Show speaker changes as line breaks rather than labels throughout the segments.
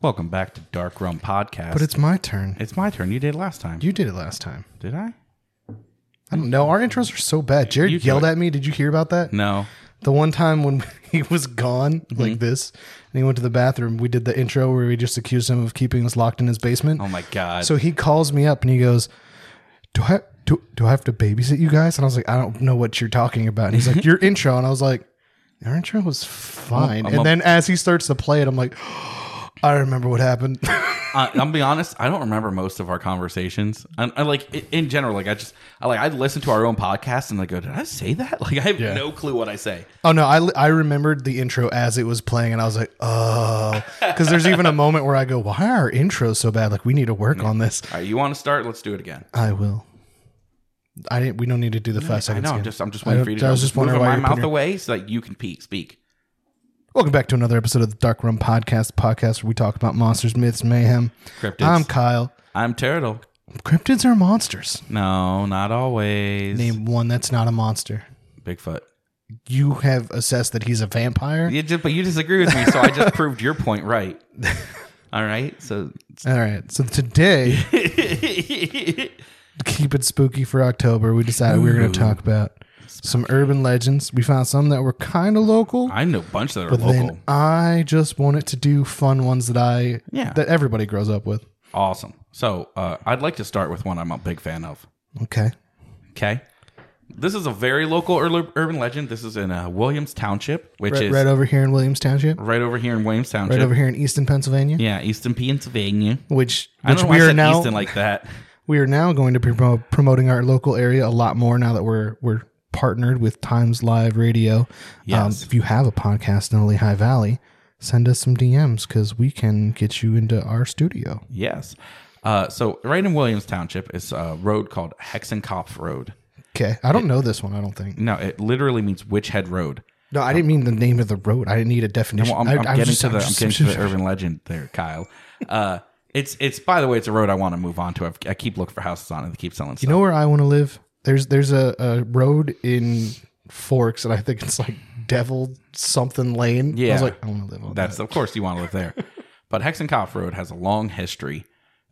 Welcome back to Dark Realm Podcast.
But it's my turn.
it's my turn. You did last time.
You did it last time.
did I?
I don't know. Our intros are so bad. Jared
You do
yelled
it. Mm.
at me. Did you hear about that?
No.
The one time when he was gone
Mm-hmm.
like this and he went to the bathroom, we did the intro where we just accused him of keeping us locked in his basement.
Oh my god.
So he calls me up and he goes, "Do I do, do I have to babysit you guys?" And I was like, "I don't know what you're talking about." And he's like, "Your intro," and I was like, "Our intro was fine."
I'm
and
a-
then as he starts to play it, I'm like, "I remember what happened."
uh, I'll be honest. I don't remember most of our conversations. I, I like i- in general. Like I just I like I listen to our own podcast and I go, did I say that? Like I have
Yeah.
no clue what I say.
oh no, I I remembered the intro as it was playing, and I was like, "Oh," because there's even a moment where I go, "Why are our intros so bad? Like we need to work
Mm.
on this."
All right, you want to start? Let's do it again.
I will. I didn't. We don't need to do the five
I
seconds.
know. I'm
again.
just I'm just
I
waiting
don't-
for you
I
to
was just wondering
move
why
my
you're
mouth
putting your-
away so that you can pe- speak.
Welcome back to another episode of the Dark Room Podcast, podcast where we talk about monsters, myths, mayhem.
Cryptids.
I'm Kyle.
I'm turtle.
Cryptids are monsters.
No, not always.
Name one that's not a monster.
Bigfoot.
You have assessed that he's a vampire.
You just, but you disagree with me, so I just proved your point right. All right, so
All right. So today,
okay,
to keep it spooky for October, we decided we were going to talk about some urban legends. We found some that were kind of local,
I know a bunch that are
but
local.
then I just wanted to do fun ones that I
Yeah.
that everybody grows up with.
awesome. So uh, I'd like to start with one I'm a big fan of.
Okay.
Okay, this is a very local ur- urban legend. This is in uh, Williams Township, which
Right,
is
right over here in Williams Township, right
right over here in Williams Township.
over here in Easton, Pennsylvania,
yeah, Easton, Pennsylvania.
which
I don't
which
know why
we
I
are
said
now
Easton like that.
we are now going to be promo- promoting our local area a lot more now that we're we're partnered with Times Live Radio. Um,
Yes.
if you have a podcast in the Lehigh Valley, send us some DMs because we can get you into our studio.
Yes. Uh, so right in Williams Township is a road called Hexenkopf Road.
Okay, I don't know this one. I don't think.
No, it literally means Witch Head Road.
No, I didn't mean the name of the road. I didn't need a definition.
Well, I'm,
I-
I'm
I was
getting
just-
to the I'm
just-
getting to the urban legend there, Kyle. Uh, it's it's by the way, it's a road I want to move on to. I've, I keep looking for houses on it. They keep selling
You
stuff.
know where I want to live? There's there's a, a road in Forks, and I think it's like Devil something Lane. I
Yeah.
was like, I want to live on that.
That's of course you want to live there. but Hexenkopf Road has a long history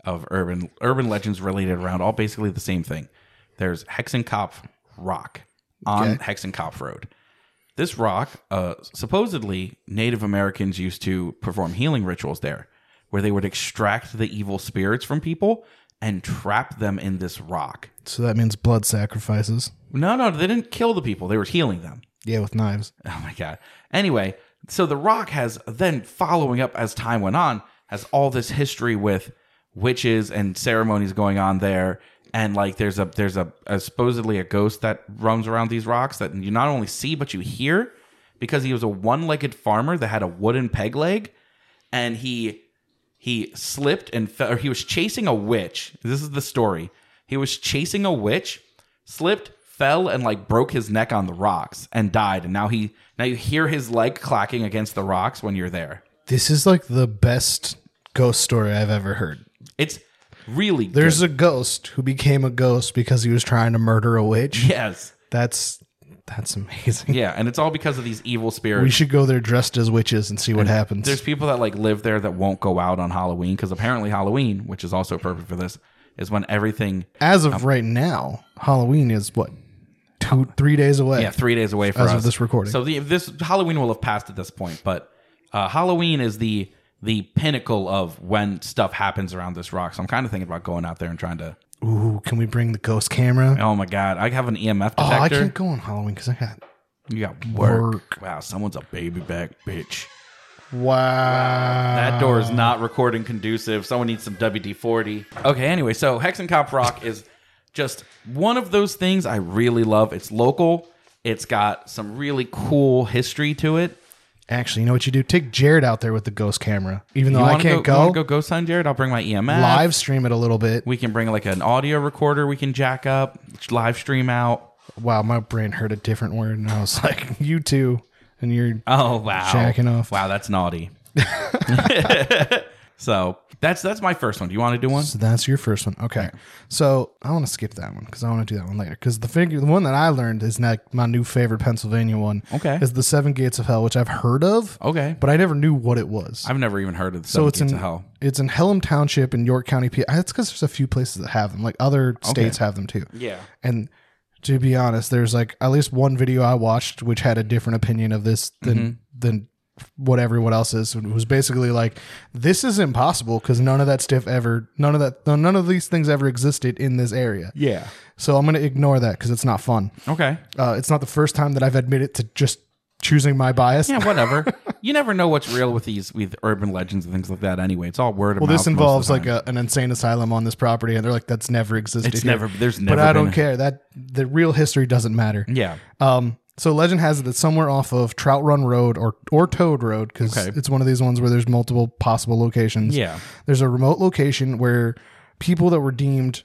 of urban urban legends related around all basically the same thing. There's Hexenkopf Rock on Hexenkopf Road. This rock, uh, supposedly Native Americans used to perform healing rituals there, where they would extract the evil spirits from people and trap them in this rock.
So that means blood sacrifices.
No, no, they didn't kill the people. They were healing them.
Yeah, with knives.
Oh my god. Anyway, so The Rock has then following up as time went on has all this history with witches and ceremonies going on there and like there's a there's a, a supposedly a ghost that roams around these rocks that you not only see but you hear because he was a one-legged farmer that had a wooden peg leg and he he slipped and fell, or he was chasing a witch. This is the story. He was chasing a witch, slipped, fell, and like broke his neck on the rocks and died. And now he now you hear his leg clacking against the rocks when you're there.
This is like the best ghost story I've ever heard.
It's really
There's
good.
a ghost who became a ghost because he was trying to murder a witch.
yes,
That's that's amazing.
yeah, and it's all because of these evil
We
spirits.
should go there dressed as witches and see what happens.
There's people that like live there that won't go out on Halloween because apparently Halloween, which is also perfect for this, is when everything
As of right now, Halloween is what two three days away.
Yeah, three days away for
As
us.
of this recording.
So the, this Halloween will have passed at this point, but uh, Halloween is the the pinnacle of when stuff happens around this rock. So I'm kind of thinking about going out there and trying to.
Ooh, can we bring the ghost camera?
Oh my god, I have an EMF detector.
Oh, I can't go on Halloween because I got
you got work.
Work.
Wow, someone's a baby back bitch.
wow.
That door is not recording conducive. Someone needs some WD 40. Okay, anyway, so Hexenkopf Rock is just one of those things I really love. It's local, it's got some really cool history to it.
Actually, you know what you do? Take Jared out there with the ghost camera, even though
You
Oh, I
wanna
can't
go, you
go.
wanna go ghost hunt, Jared? I'll bring my E EMF.
live stream it a little bit.
We can bring like an audio recorder. We can jack up, live stream out.
Wow, my brain heard a different word, and I was like, "You too," and you're
Oh wow,
Jacking off.
Wow, that's naughty. so, That's that's my first one. Do you want to do one?
So that's your first one. Okay. So I want to skip that one because I want to do that one later. Because the figure, the one that I learned is like my new favorite Pennsylvania one.
Okay.
Is the Seven Gates of Hell, which I've heard of,
Okay.
but I never knew what it was.
I've never even heard of the
so
Seven
it's in
Gates of Hell.
it's in Pelham Township in York County. P- That's because there's a few places that have them. Like other states have them too.
Yeah.
And to be honest, there's like at least one video I watched which had a different opinion of this than
Mm-hmm.
than what everyone else is. It was basically like this is impossible because none of that stuff ever, none of that, none of these things ever existed in this area.
Yeah.
So I'm gonna ignore that because it's not fun.
Okay.
Uh, it's not the first time that I've admitted to just choosing my bias.
Yeah, whatever. you never know what's real with these with urban legends and things like that. Anyway, it's all word of
Well,
mouth.
this involves like a, an insane asylum on this property, and they're like, "That's never existed."
It's
here."
never. There's never.
But I don't
been-
care. That the real history doesn't matter.
Yeah.
Um, so legend has it that somewhere off of Trout Run Road or or Toad Road, because
Okay.
it's one of these ones where there's multiple possible locations.
Yeah.
there's a remote location where people that were deemed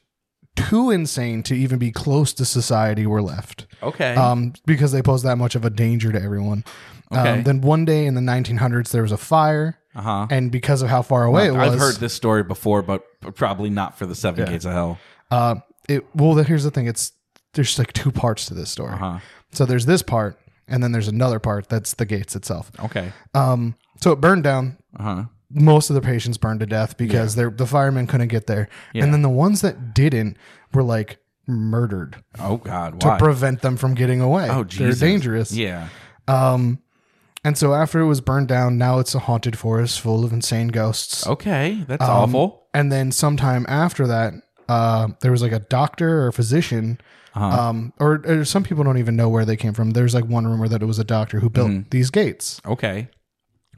too insane to even be close to society were left
Okay.
um, because they posed that much of a danger to everyone.
Okay.
Um, then one day in the 1900s, there was a fire,
uh huh.
and because of how far away it was,
I've heard this story before, but probably not for the Seven Gates of Hell.
Uh, it well, here's the thing: it's there's like two parts to this story.
Uh-huh.
So there's this part, and then there's another part that's the gates itself.
Okay.
Um, so it burned down.
Uh huh.
Most of the patients burned to death because they're the firemen couldn't get there, and then the ones that didn't were like murdered
Oh God.
to
Why?
prevent them from getting away.
Oh, Jesus.
They're dangerous.
yeah.
Um, and so after it was burned down, now it's a haunted forest full of insane ghosts.
Oh. Okay. That's
Um,
awful.
And then sometime after that, uh, there was like a doctor or a physician,
Uh-huh.
um, or, or some people don't even know where they came from. There's like one rumor that it was a doctor who built
Mm-hmm.
these gates
Okay.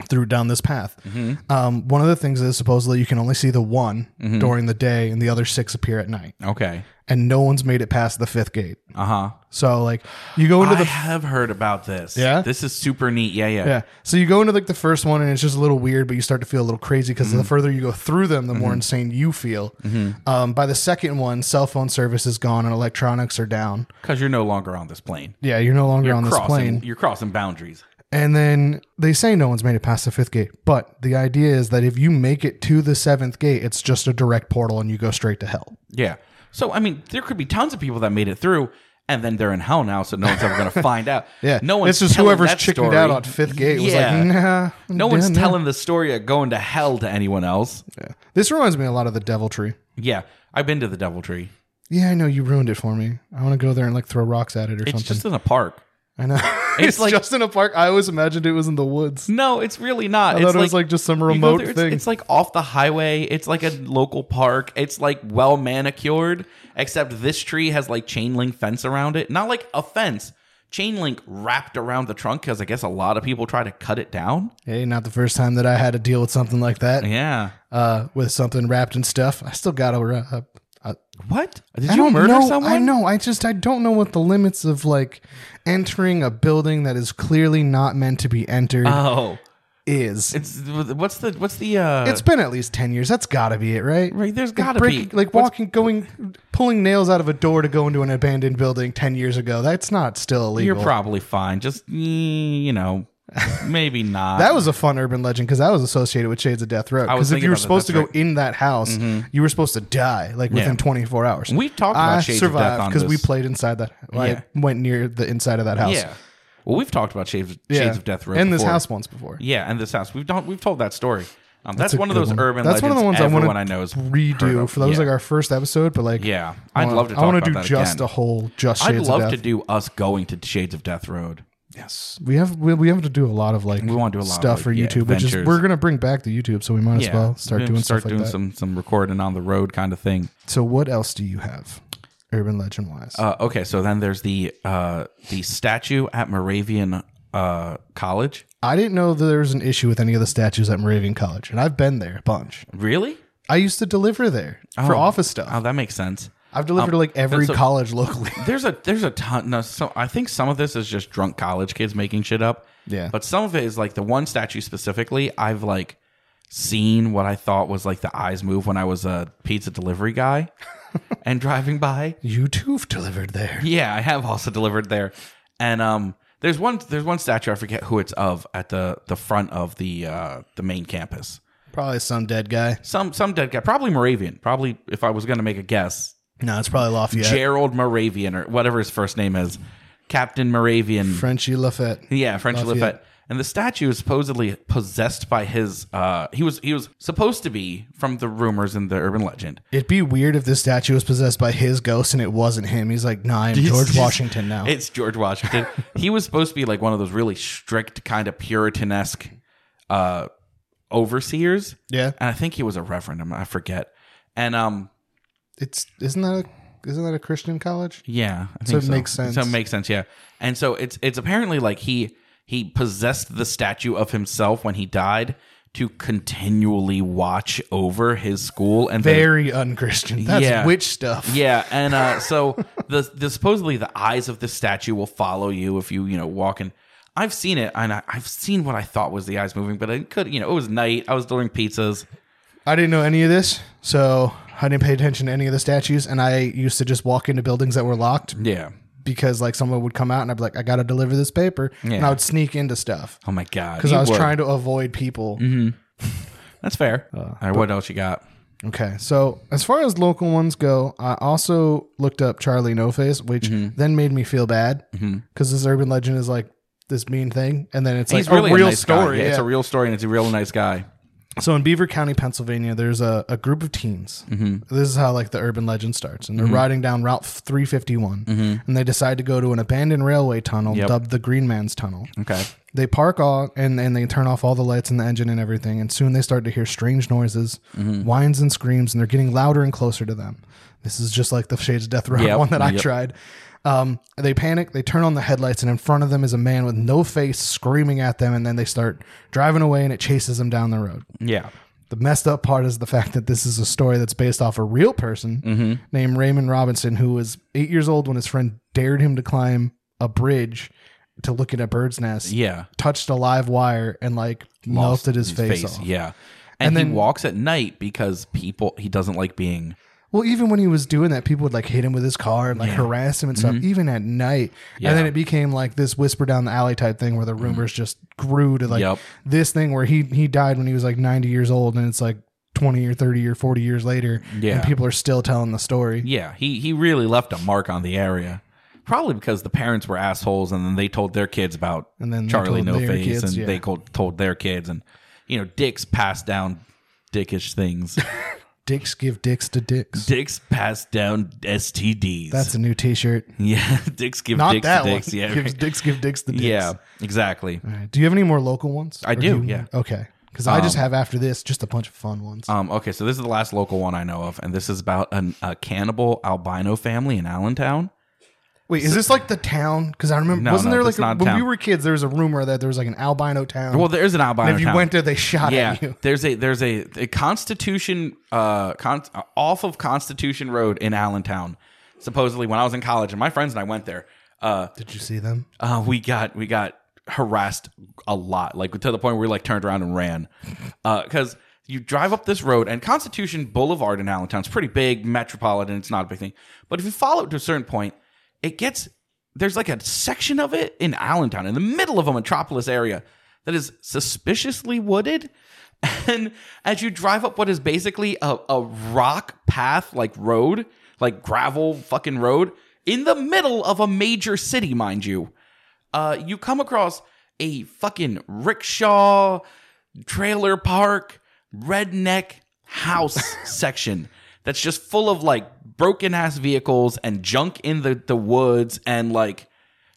through down this path.
Mm-hmm.
Um, one of the things is supposedly you can only see the one during the day, and the other six appear at night,
Okay.
and no one's made it past the fifth gate.
Uh huh.
So like you go into
I
the
have heard about this.
Yeah?
This is super neat. Yeah. Yeah.
yeah, so you go into like the first one, and it's just a little weird, but you start to feel a little crazy because
Mm-hmm.
the further you go through them, the more insane you feel. Um, by the second one, cell phone service is gone and electronics are down.
Because you're no longer on this plane.
Yeah, you're no longer on this
crossing,
plane.
You're crossing boundaries.
And then they say no one's made it past the fifth gate, but the idea is that if you make it to the seventh gate, it's just a direct portal and you go straight to hell.
Yeah. So I mean, there could be tons of people that made it through, and then they're in hell now, so no one's ever going to find out.
Yeah,
No one's.
It's just
telling
whoever's
that
chickened
story.
out on fifth gate was
Yeah.
like, nah. I'm
No one's
done now."
telling the story of going to hell to anyone else.
This reminds me a lot of the Devil Tree.
Yeah, I've been to the Devil Tree.
Yeah, I know you ruined it for me. I want to go there and like throw rocks at it or
It's
something.
just in a park.
I know. It's,
like-
just in a park. I always imagined it was in the woods.
No, it's really not.
I
it's
thought it was like just some
you go
remote
there, it's,
thing.
it's like off the highway. It's like a local park. It's like well manicured, except this tree has like chain link fence around it. Not like a fence, chain link wrapped around the trunk because I guess a lot of people try to cut it down.
hey, not the first time that I had to deal with something like that.
Yeah.
Uh, with something wrapped in stuff. I still got over. Uh, uh,
What? Did
I
you
don't
murder
know.
someone?
I know. I just I don't know what the limits of like entering a building that is clearly not meant to be entered
Oh,
is.
it's what's the what's the uh?
it's been at least ten years. That's got to be it, right?
right. There's
Like,
gotta
break-
be
like walking, going, pulling nails out of a door to go into an abandoned building ten years ago. That's not still illegal.
You're probably fine. Just mm, you know, maybe not.
That was a fun urban legend because that was associated with Shades of Death Row.
I was
Because if
thinking
you were
about that,
supposed to go
that's Mm-hmm.
in that house, you were supposed to die like within
Yeah.
24 hours.
we talked about
I
Shades of Death
survived
on
because we
this.
played inside that.
Yeah.
I went near the inside of that house.
Yeah. Well, we've talked about Shades,
Yeah.
Shades of Death Row
and this
before.
house once before.
Yeah, and this house. We've done, we've told that story. Um, that's,
a
one of
good
those
one.
urban.
That's one of the ones I wanna
everyone I know is heard
Redo
of.
for that was
Yeah.
like our first episode, but like
yeah,
I
I'd
wanna-
love to. Talk
I wanna
about
do
that
just
again.
a whole just
I'd
Shades
love
of
to
Death.
do us going to Shades of Death Road.
yes, we have we, we have to do a lot of like
We wanna do a lot of,
stuff
like,
for
yeah,
YouTube, which is
adventures.
we're gonna bring back the YouTube, so we might as
yeah,
well start
We'll
doing
start
stuff like
doing
that.
some some recording on the road kind of thing.
So what else do you have, urban legend wise?
Uh, okay, so then there's the uh, the statue at Moravian uh, College.
I didn't know that there was an issue with any of the statues at Moravian College, and I've been there a bunch.
Really?
I used to deliver there for office stuff.
Oh, um, that makes sense.
I've delivered to like every
so-
college locally.
There's a there's a ton. No, so I think some of this is just drunk college kids making shit up.
Yeah.
But some of it is like the one statue specifically. I've like seen what I thought was like the eyes move when I was a pizza delivery guy and driving by.
you too've delivered there.
Yeah, I have also delivered there. And um, there's one there's one statue I forget who it's of at the the front of the uh, the main campus.
Probably some dead guy.
Some some dead guy, probably Moravian. Probably if I was going to make a guess,
No, it's probably Lafayette.
Gerald Moravian or whatever his first name is, Captain Moravian.
Frenchy Lafette.
Yeah, French
Lafayette.
Lafayette. And the statue is supposedly possessed by his. Uh, he was he was supposed to be from the rumors and the urban legend.
It'd be weird if this statue was possessed by his ghost and it wasn't him. He's like, nah, I'm George Washington now.
It's George Washington. he was supposed to be like one of those really strict kind of Puritanesque uh, overseers,
yeah,
and I think he was a reverend. I'm- I forget. And um,
it's isn't that a, isn't that a Christian college?
Yeah, I
So
think
it makes sense.
So it makes sense, yeah. And so it's it's apparently like he he possessed the statue of himself when he died to continually watch over his school and the-
Very unchristian. That's
Yeah.
witch stuff.
yeah, and uh, so the, the supposedly the eyes of the statue will follow you if you you know walk in. I've seen it, and I, I've seen what I thought was the eyes moving, but I could you know it was night. I was delivering pizzas.
I didn't know any of this, so I didn't pay attention to any of the statues, and I used to just walk into buildings that were locked
Yeah.
because like someone would come out and I'd be like, I gotta deliver this paper, and
Yeah.
I would sneak into stuff
Oh my god.
because
You
I was
would.
trying Uh, to avoid people.
That's fair. All right, what else you got?
Okay, so as far as local ones go, I also looked up Charlie No Face, which
Mm-hmm.
then made me feel bad because this urban legend is like this mean thing, and then it's
He's
like
really
a real
nice guy.
story.
Yeah, It's
yeah.
a real story, and it's a real nice guy.
So in Beaver County, Pennsylvania, there's a, a group of teens.
Mm-hmm.
This is how like the urban legend starts, and they're riding down Route 351, and they decide to go to an abandoned railway tunnel
Mm-hmm. Yep.
dubbed the Green Man's Tunnel.
Okay.
They park all and and they turn off all the lights and the engine and everything, and soon they start to hear strange noises,
Mm-hmm.
whines and screams, and they're getting louder and closer to them. This is just like the Shades of Death Row
Yep,
one that I
yep.
tried. Um, they panic, they turn on the headlights, and in front of them is a man with no face screaming at them, and then they start driving away and it chases them down the road.
Yeah.
The messed up part is the fact that this is a story that's based off a real person
Mm. Mm-hmm.
named Raymond Robinson, who was eight years old when his friend dared him to climb a bridge to look at a bird's nest,
Yeah.
touched a live wire, and like
Lost
melted his, face, off.
Yeah. And,
And
he
then-
walks at night because people he doesn't like being
Well, even when he was doing that, people would like hit him with his car and like harass him and stuff, even at night.
Mm-hmm. Yeah.
And then it became like this whisper down the alley type thing where the rumors just grew to like
Yep.
this thing where he he died when he was like 90 years old and it's like 20 or 30 or 40 years later
Yeah.
and people are still telling the story.
Yeah, he he really left a mark on the area. Probably because the parents were assholes and then they told their kids about
And then they
Charlie
told
No
their
Face
kids,
and
yeah.
they told, told their kids and you know, dicks pass down dickish things.
Dicks give dicks to dicks.
dicks pass down STDs.
That's a new T-shirt.
yeah, dicks give
Not
dicks
that
to
one.
dicks. Yeah.
Gives dicks give dicks to dicks.
Yeah, exactly.
All right. Do you have any more local ones?
I
Or
do,
you-
yeah.
Okay. Because I just have after this just a bunch of fun ones.
Um, okay, so this is the last local one I know of, and this is about an, a cannibal albino family in Allentown.
Wait, is this like the town? Because I remember,
No,
wasn't
no,
there
that's
like
not
a, when
town.
we were kids? There was a rumor that there was like an albino town.
Well, there's an albino.
and if you
town.
went there, they shot
yeah,
at you.
there's a there's a, a Constitution uh con- uh, off of Constitution Road in Allentown. Supposedly, when I was in college, and my friends and I went there, uh,
Did you see them?
uh we got we got harassed a lot, like to the point where we like turned around and ran, because. you drive up this road, and Constitution Boulevard in Allentown is pretty big, metropolitan. It's not a big thing, but if you follow it to a certain point, it gets there's like a section of it in Allentown in the middle of a metropolis area that is suspiciously wooded. And as you drive up what is basically a, a rock path, like road, like gravel fucking road, in the middle of a major city, mind you, uh, you come across a fucking rickshaw, trailer park, redneck house section that's just full of like broken ass vehicles and junk in the, the woods and like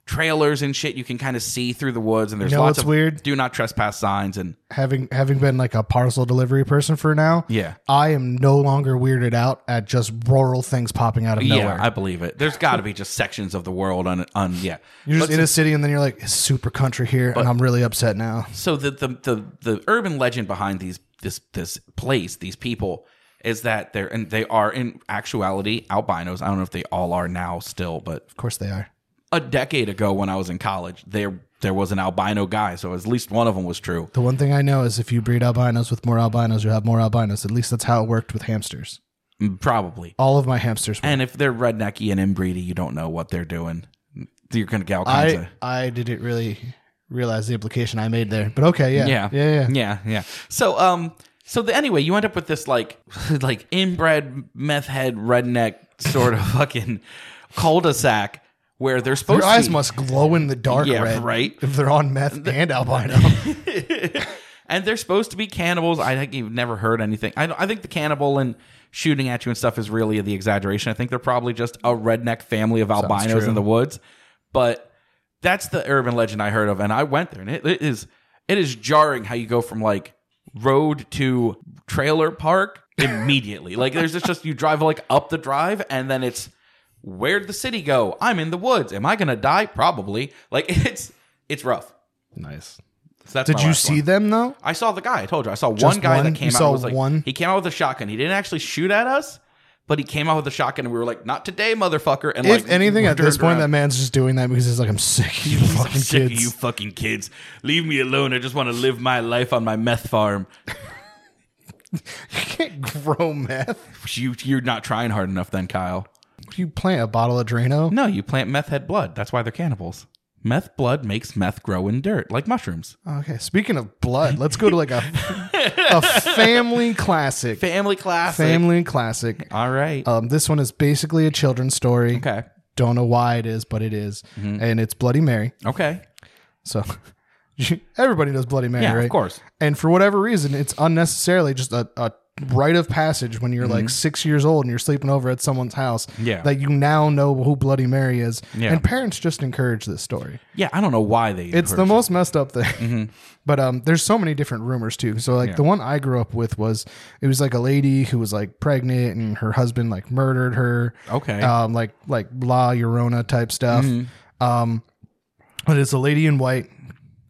trailers and shit you can kind of see through the woods and there's
You know
lots
what's
of
weird?
do not trespass signs and
Having having been like a parcel delivery person for now,
Yeah.
I am no longer weirded out at just rural things popping out of nowhere.
yeah i believe it there's got to be just sections of the world on on yeah
you're just
But
in a city, and then you're like, it's super country here, and I'm really upset now.
so the, the the the urban legend behind these this this place these people is that they're and they are in actuality albinos i don't know if they all are now still but
Of course they are.
a decade ago when i was in college there there was an albino guy so at least one of them was true
The one thing I know is if you breed albinos with more albinos, you'll have more albinos. At least that's how it worked with hamsters.
Mm, probably
All of my hamsters. Were.
and if they're rednecky and inbreedy you don't know what they're doing you're gonna get all kinds of
I I didn't really realize the implication I made there, but okay, yeah,
yeah
yeah, yeah.
yeah yeah so um So the, anyway, you end up with this like like inbred meth head redneck sort of fucking cul-de-sac where they're supposed
Your eyes
to be-
must glow in the dark
Yeah,
red
right.
if they're on meth and albino.
and they're supposed to be cannibals. I think you've never heard anything. I, don't- I think the cannibal and shooting at you and stuff is really the exaggeration. I think they're probably just a redneck family of albinos
true.
in the woods. But that's the urban legend I heard of, and I went there, and it, it is it is jarring how you go from like road to trailer park immediately. like there's just, just you drive like up the drive, and then it's where'd the city go? I'm in the woods. Am I gonna die? Probably. Like it's it's rough.
nice.
So that's
Did
my
you
last
see
one.
them though?
I saw the guy. I told you. I saw
Just
one guy
one?
that came
You
out.
saw
and was like,
one?
He came out with a shotgun. He didn't actually shoot at us, but he came out with a shotgun, and we were like, "Not today, motherfucker!" And
If
like,
anything, at
turned
this point,
around.
that man's just doing that because he's like, I'm sick of you
I'm
fucking
sick
kids.
Of you fucking kids, leave me alone. I just want to live my life on my meth farm.
can't grow meth.
You, you're not trying hard enough, then, Kyle.
You plant a bottle of Drano.
No, you plant meth head blood. That's why they're cannibals. Meth blood makes meth grow in dirt, like mushrooms.
Okay. Speaking of blood, let's go to like a a family classic.
Family class.
Family classic.
All right.
Um, this one is basically a children's story.
okay.
Don't know why it is, but it is.
Mm-hmm.
and it's Bloody Mary.
Okay.
So everybody knows Bloody Mary,
Yeah,
right?
of course.
And for whatever reason, it's unnecessarily just a, a rite of passage when you're like six years old and you're sleeping over at someone's house
Mm-hmm. Yeah.
that you now know who Bloody Mary is.
Yeah.
And parents just encourage this story.
Yeah, I don't know why they.
It's the most messed up thing.
Mm-hmm.
But um, there's so many different rumors too. So like the one I grew up with was it was like a lady who was like pregnant and her husband like murdered her.
Okay. Mm-hmm.
Um, like like La Llorona type stuff. Um, but it's a lady in white,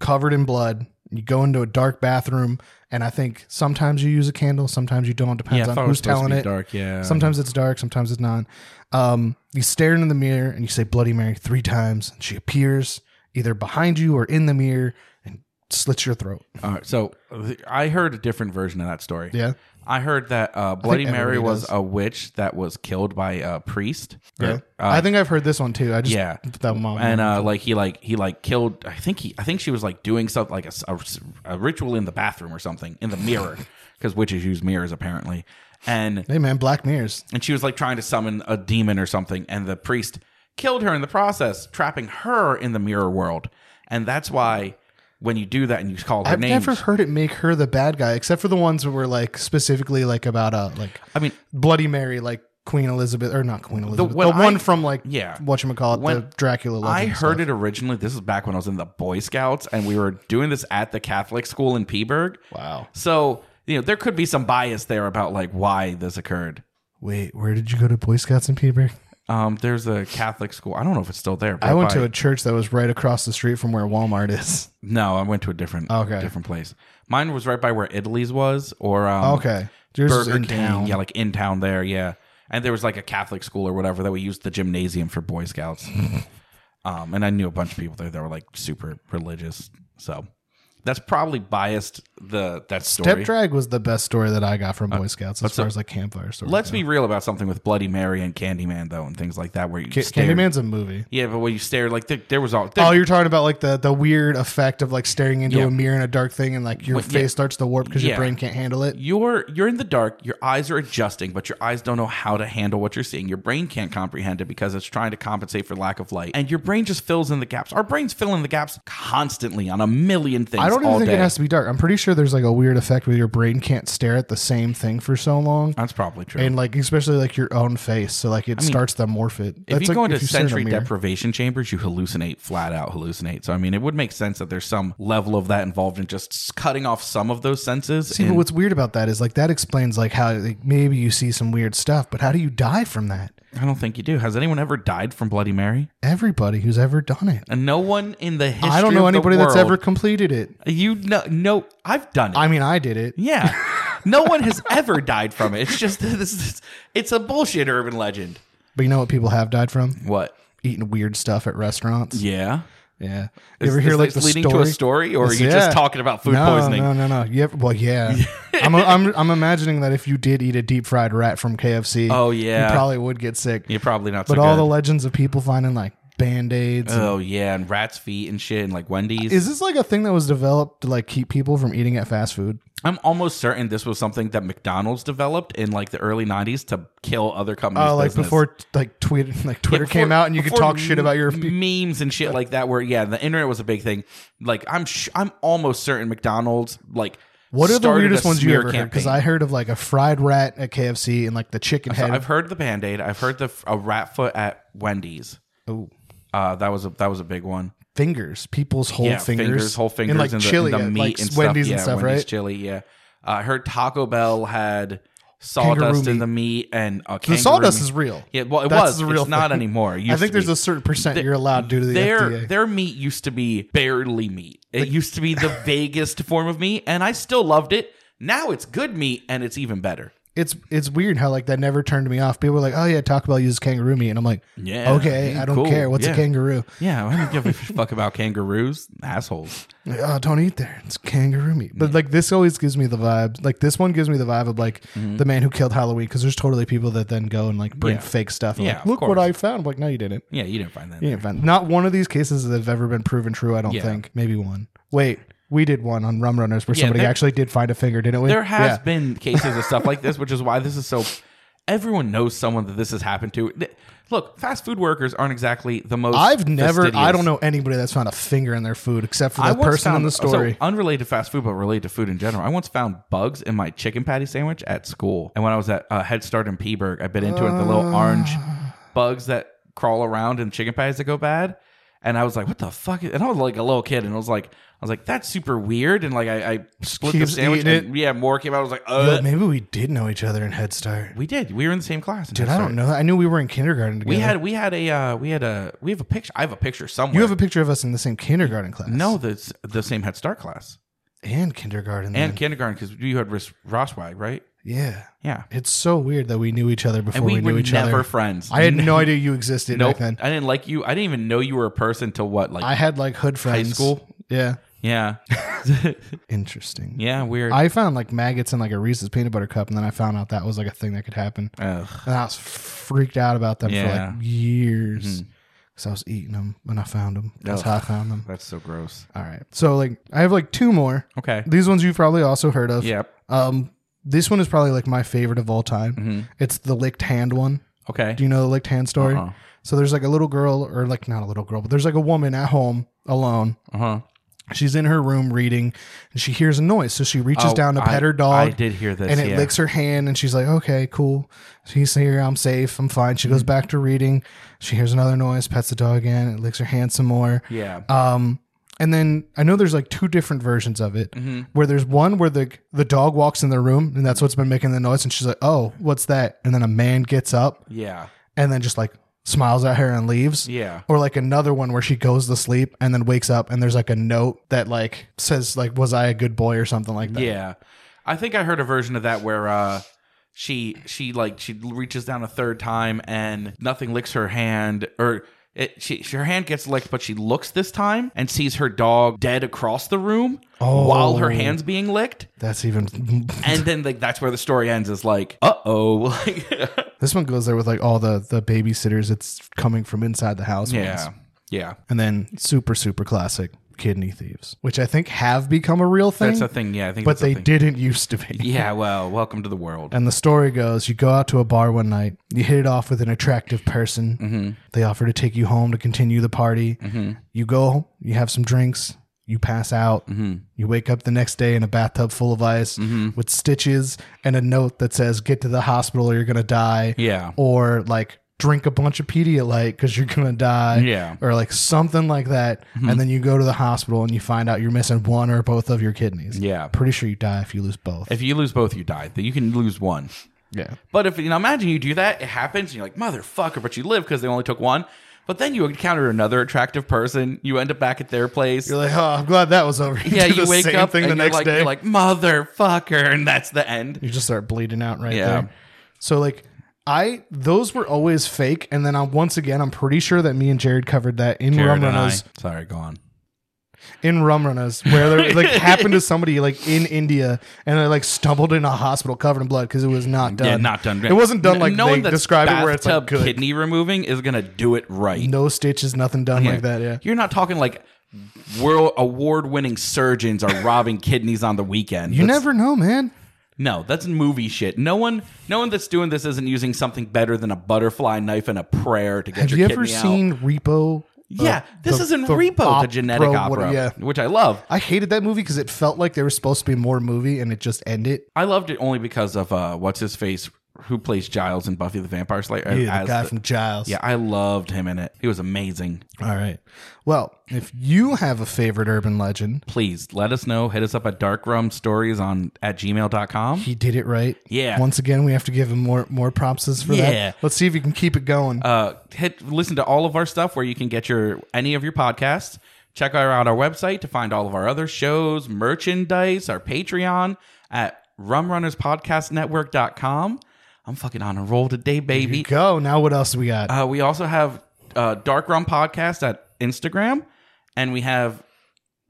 covered in blood. You go into a dark bathroom, and I think sometimes you use a candle, sometimes you don't.
yeah, I
Depends
thought
on
it was
who's
supposed to
telling
be
it.
Dark. Yeah.
Sometimes it's dark, sometimes it's not. Um, you stare into the mirror and you say Bloody Mary three times, and she appears either behind you or in the mirror and slits your throat.
All right, so th- I heard a different version of that story.
Yeah.
I heard that uh, Bloody Mary
everybody
was
does.
a witch that was killed by a priest. Or,
Yeah.
uh,
I think I've heard this one too. I just
yeah.
that mom.
and uh, like he like he like killed. I think he I think she was like doing something like a, s- a s- a ritual in the bathroom or something in the mirror because witches use mirrors apparently. And
hey man, Black Mirrors.
and she was like trying to summon a demon or something, and the priest killed her in the process, trapping her in the mirror world. And that's why when you do that and you call her
I've
name,
never heard it make her the bad guy, except for the ones that were like specifically like about uh like
I mean,
Bloody Mary, like Queen Elizabeth or not Queen Elizabeth, the,
when I-
one from like
yeah.
what you call it, the
When
Dracula.
I
legend
heard it originally. This is back when I was in the Boy Scouts, and we were doing this at the Catholic school in Peaburg.
stuff. Wow.
So you know there could be some bias there about like why this occurred.
Wait, where did you go to Boy Scouts in Peterborough?
Um, there's a Catholic school. I don't know if it's still there. But
I went to
by-
a church that was right across the street from where Walmart is.
no. I went to a different
Okay.
different place. Mine was right by where Italy's was, or um,
Okay. Yours is
Burger
in
King.
town.
Yeah, like in town there. Yeah, and there was like a Catholic school or whatever that we used the gymnasium for Boy Scouts. um, and I knew a bunch of people there that were like super religious. So that's probably biased the that story. Uh,
Step Drag was the best story that I got from Boy Scouts as far as like campfire stories.
Let's be real about something with Bloody Mary and Candyman though, and things like that, where you
Ca-
stare.
Candyman's a movie.
Yeah, but when you stare, like there, there was all. There,
Oh, you're talking about like the, the weird effect of like staring into
Yeah.
a mirror in a dark thing and like your
Wait, yeah.
face starts to warp because
Yeah.
your brain can't handle it.
you're you're in the dark your eyes are adjusting but your eyes don't know how to handle what you're seeing your brain can't comprehend it because it's trying to compensate for lack of light and your brain just fills in the gaps our brains fill in the gaps constantly on a million things
I don't even
all
think
day.
it has to be dark. I'm pretty sure there's like a weird effect where your brain can't stare at the same thing for so long.
that's probably true
and like especially like your own face, so like it starts to morph it.
if you
like
go into
stare in a
sensory
mirror.
deprivation chambers, you hallucinate flat out, hallucinate. So, I mean, it would make sense that there's some level of that involved in just cutting off some of those senses.
See, but
and-
what's weird about that is like that explains like how like, maybe you see some weird stuff, but how do you die from that?
I don't think you do. Has anyone ever died from Bloody Mary?
Everybody who's ever done it.
And no one in the history.
I don't know
of the
anybody that's
world-
ever completed it.
You know, no, I've done it.
I mean, I did it.
Yeah. No one has ever died from it. It's just this is it's a bullshit urban legend.
But you know what people have died from?
What?
Eating weird stuff at restaurants.
Yeah.
Yeah. You
Is,
ever hear
is
like
this
the
leading
story?
to a story or are
It's-
you just
yeah.
talking about food
no,
poisoning?
No, no, no. You ever, well, yeah. I'm, I'm, I'm imagining that if you did eat a deep fried rat from KFC,
Oh, yeah.
you probably would get sick.
You're probably not so
but all
good.
the legends of people finding like band aids.
Oh yeah, and rat's feet and shit, and like Wendy's.
Is this like a thing that was developed to like keep people from eating at fast food?
I'm almost certain this was something that McDonald's developed in like the early '90s to kill other companies.
Oh, like
business.
before like tweet like
Yeah,
Twitter
before-
came out and you could
before
talk shit about your
memes and shit like that. Where yeah, the internet was a big thing. Like I'm sh- I'm almost certain McDonald's like
What are the
started a
weirdest ones you
smear
ever heard? Because
campaign.
I heard of like a fried rat at KFC and like the chicken head.
I've heard the Band Aid. I've heard the f- a rat foot at Wendy's.
oh,
Uh, that was a that was a big one.
fingers, people's whole
yeah,
fingers,
whole fingers,
and like
in the, in
chili,
the
at,
meat
like
and stuff.
Wendy's
yeah,
and stuff,
Wendy's
right?
chili. Yeah, uh, I heard Taco Bell had sawdust
Kangaroo
in
meat.
the meat and uh,
The
kangaroo
sawdust
meat.
is real.
yeah. Well, it
that's
was.
the real
it's not
thing.
anymore. It
I
used
think
to
there's
be.
a certain percent
Their-
you're allowed due to the
their
FDA.
their meat used to be barely meat. It used to be the vaguest form of meat, and I still loved it. Now it's good meat, and it's even better.
it's it's weird how like that never turned me off. People were like, "Oh yeah, Taco Bell uses kangaroo meat," and I'm like,
Yeah,
okay,
yeah,
I don't
cool,
care. What's
yeah.
a kangaroo?
Yeah, I don't give a fuck about kangaroos, assholes.
Like, oh, don't eat there. It's kangaroo meat." But like this always gives me the vibe. Like this one gives me the vibe of like the man who killed Halloween because there's totally people that then go and like bring
Mm-hmm. Yeah.
fake stuff. and,
Yeah,
like,
of
look what
course.
I found. I'm like, no, you didn't.
Yeah, you didn't find that.
You didn't find. Not one of these cases that have ever been proven true. I don't
Yeah.
think. Maybe one. Wait, we did one on Rum Runners where
Yeah,
somebody
there-
actually did find a finger, didn't we?
There has
Yeah.
been cases of stuff like this, which is why this is so. Everyone knows someone that this has happened to. Th- Look, fast food workers aren't exactly the most.
I've never.
fastidious.
I don't know anybody that's found a finger in their food except for
I
the
once
person in
found-
the
so,
story.
unrelated to fast food, but related to food in general. I once found bugs in my chicken patty sandwich at school, and when I was at uh, Head Start in Peaburg, I bit into it. The little orange
Ah.
bugs that crawl around in chicken patties that go bad, and I was like, "What the fuck?" is-" And I was like a little kid, and I was like, "I was like, that's super weird." And like, I, I split the
Keeps
sandwich,
eating
and yeah, more came out. I was like,
Yo,
"Uh."
maybe we did know each other in Head Start.
We did. We were in the same class. in
Dude,
Head
I
Start.
don't know that. I knew we were in kindergarten together.
We had we had a uh, we had a we have a picture. I have a picture somewhere.
You have a picture of us in the same kindergarten class.
no the the same Head Start class
and kindergarten.
and
then.
kindergarten because you had Ross Roswag, right?
yeah,
Yeah,
it's so weird that we knew each other before
and we,
we, knew
were
each
never
other.
friends.
I had no idea you existed
nope.
back then.
I didn't like you. I didn't even know you were a person till what like
I had like hood
high
friends.
school.
Yeah,
Yeah,
interesting.
yeah, weird.
I found like maggots in like a Reese's peanut butter cup, and then I found out that was like a thing that could happen.
Ugh.
And I was freaked out about them
Yeah. Mm-hmm.
for like years because I was eating them when I found them. That's
Ugh.
how I found them.
That's so gross.
All right. So like I have like two more.
Okay.
These ones you've probably also heard of.
Yep.
Um, this one is probably like my favorite of all time.
Mm-hmm.
It's the licked hand one.
Okay.
Do you know the licked hand story?
Uh-uh.
So there's like a little girl, or like not a little girl, but there's like a woman at home alone.
Uh huh.
She's in her room reading, and she hears a noise. So she reaches down to pet her
Oh, I
dog,
did hear this.
and it
yeah.
licks her hand, and she's like, "Okay, cool. She's here. I'm safe. I'm fine." She
Mm-hmm.
goes back to reading. She hears another noise, pets the dog again. It licks her hand some more.
Yeah.
Um, and then I know there's like two different versions of it,
Mm-hmm.
where there's one where the the dog walks in the room and that's what's been making the noise, and she's like, "Oh, what's that?" And then a man gets up
yeah.
and then just like smiles at her and leaves.
Yeah.
Or like another one where she goes to sleep and then wakes up and there's like a note that like says like "Was I a good boy?" or something like that.
Yeah, I think I heard a version of that where uh, she she like she reaches down a third time and nothing licks her hand or. It, she, she- her hand gets licked, but she looks this time and sees her dog dead across the room
Oh.
while her hand's being licked.
That's even.
And then like that's where the story ends. Is like, uh oh, like
this one goes there with like all the the babysitters. It's coming from inside the house. ones.
yeah, yeah.
And then super super classic kidney thieves, which I think have become a real thing.
That's a thing. Yeah, I think.
but
that's a
they
thing.
didn't used to be.
Yeah. Well, welcome to the world.
And the story goes you go out to a bar one night, you hit it off with an attractive person.
Mm-hmm.
They offer to take you home to continue the party. You go, you have some drinks, you pass out,
Mm-hmm.
you wake up the next day in a bathtub full of ice with stitches and a note that says, Get to the hospital or you're going to die.
Yeah.
Or like, Drink a bunch of Pedialyte because you're gonna die,
Yeah. Mm-hmm.
or like something like that, and then you go to the hospital and you find out you're missing one or both of your kidneys.
Yeah.
pretty sure you die if you lose both.
If you lose both, you die. You can lose one.
yeah,
But if you know, imagine you do that, it happens, and you're like, motherfucker, but you live because they only took one. But then you encounter another attractive person. You end up back at their place.
You're like, oh, I'm glad that was over.
yeah,
do
you
the
wake
same
up
thing
and
the
you're
next
like,
day.
you're like, motherfucker, and that's the end.
you just start bleeding out right
Yeah.
there. So like, I those were always fake, and then I once again, I'm pretty sure that me and Jared covered that in
Jared
Rum
and I-
Runners.
Sorry, go on.
in Rumrunas where they like happened to somebody like in India and they like stumbled in a hospital covered in blood because it was not done.
Yeah, not done.
It wasn't done
N-
like
no
they
one that's
described it where it's like
bathtub
good.
kidney removing is gonna do it right.
No stitches, nothing done like that. Yeah.
You're not talking like world award winning surgeons are robbing kidneys on the weekend.
You
That's-
never know, man.
No, that's movie shit. No one no one that's doing this isn't using something better than a butterfly knife and a prayer to get
Have
your
you ever
kidney out.
seen Repo?
Yeah,
Uh,
this
the-
isn't
the
Repo, the
op-
genetic
pro-
opera,
what- yeah.
which I love.
I hated that movie because it felt like there was supposed to be more movie and it just ended.
I loved it only because of uh, what's his face, who plays Giles in Buffy the Vampire Slayer.
Yeah, the
as
guy
the-
from Giles.
yeah, I loved him in it. He was amazing.
All right. Well, if you have a favorite urban legend,
Please let us know. Hit us up at darkrumstories on at gmail.com.
he did it right.
Yeah.
Once again, we have to give him more more props for
Yeah.
that. Let's see if he can keep it going.
Uh, hit listen to all of our stuff where you can get your any of your podcasts. Check out our website to find all of our other shows, merchandise, our Patreon at rumrunnerspodcastnetwork.com. I'm fucking on a roll today, baby.
Go. Now what else we got?
Uh, we also have uh, Dark Rum Podcast at Instagram, and we have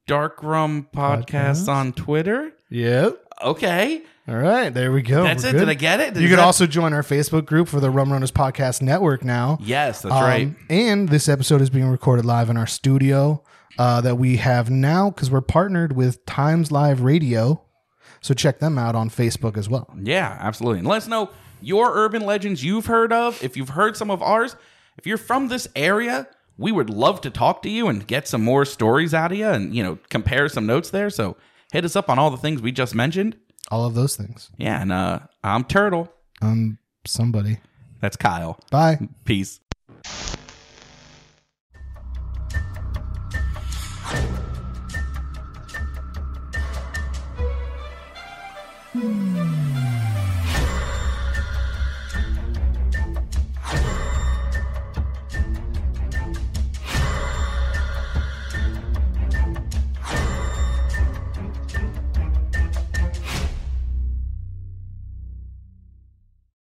Dark Rum Podcast, on Twitter.
yep.
Okay,
All right. There we go.
that's
Oh, We're
it.
good.
Did I get it? Did
you can
that-
also join our Facebook group for the Rum Runners Podcast Network now.
yes, that's
Um,
right.
And this episode is being recorded live in our studio uh, that we have now because we're partnered with Times Live Radio. So check them out on Facebook as well.
Yeah, absolutely. And let us know your urban legends you've heard of. If you've heard some of ours, if you're from this area, we would love to talk to you and get some more stories out of you, and you know compare some notes there. So hit us up on all the things we just mentioned.
All of those things.
Yeah, and uh, I'm Turtle.
Um, somebody.
That's Kyle.
Bye.
Peace.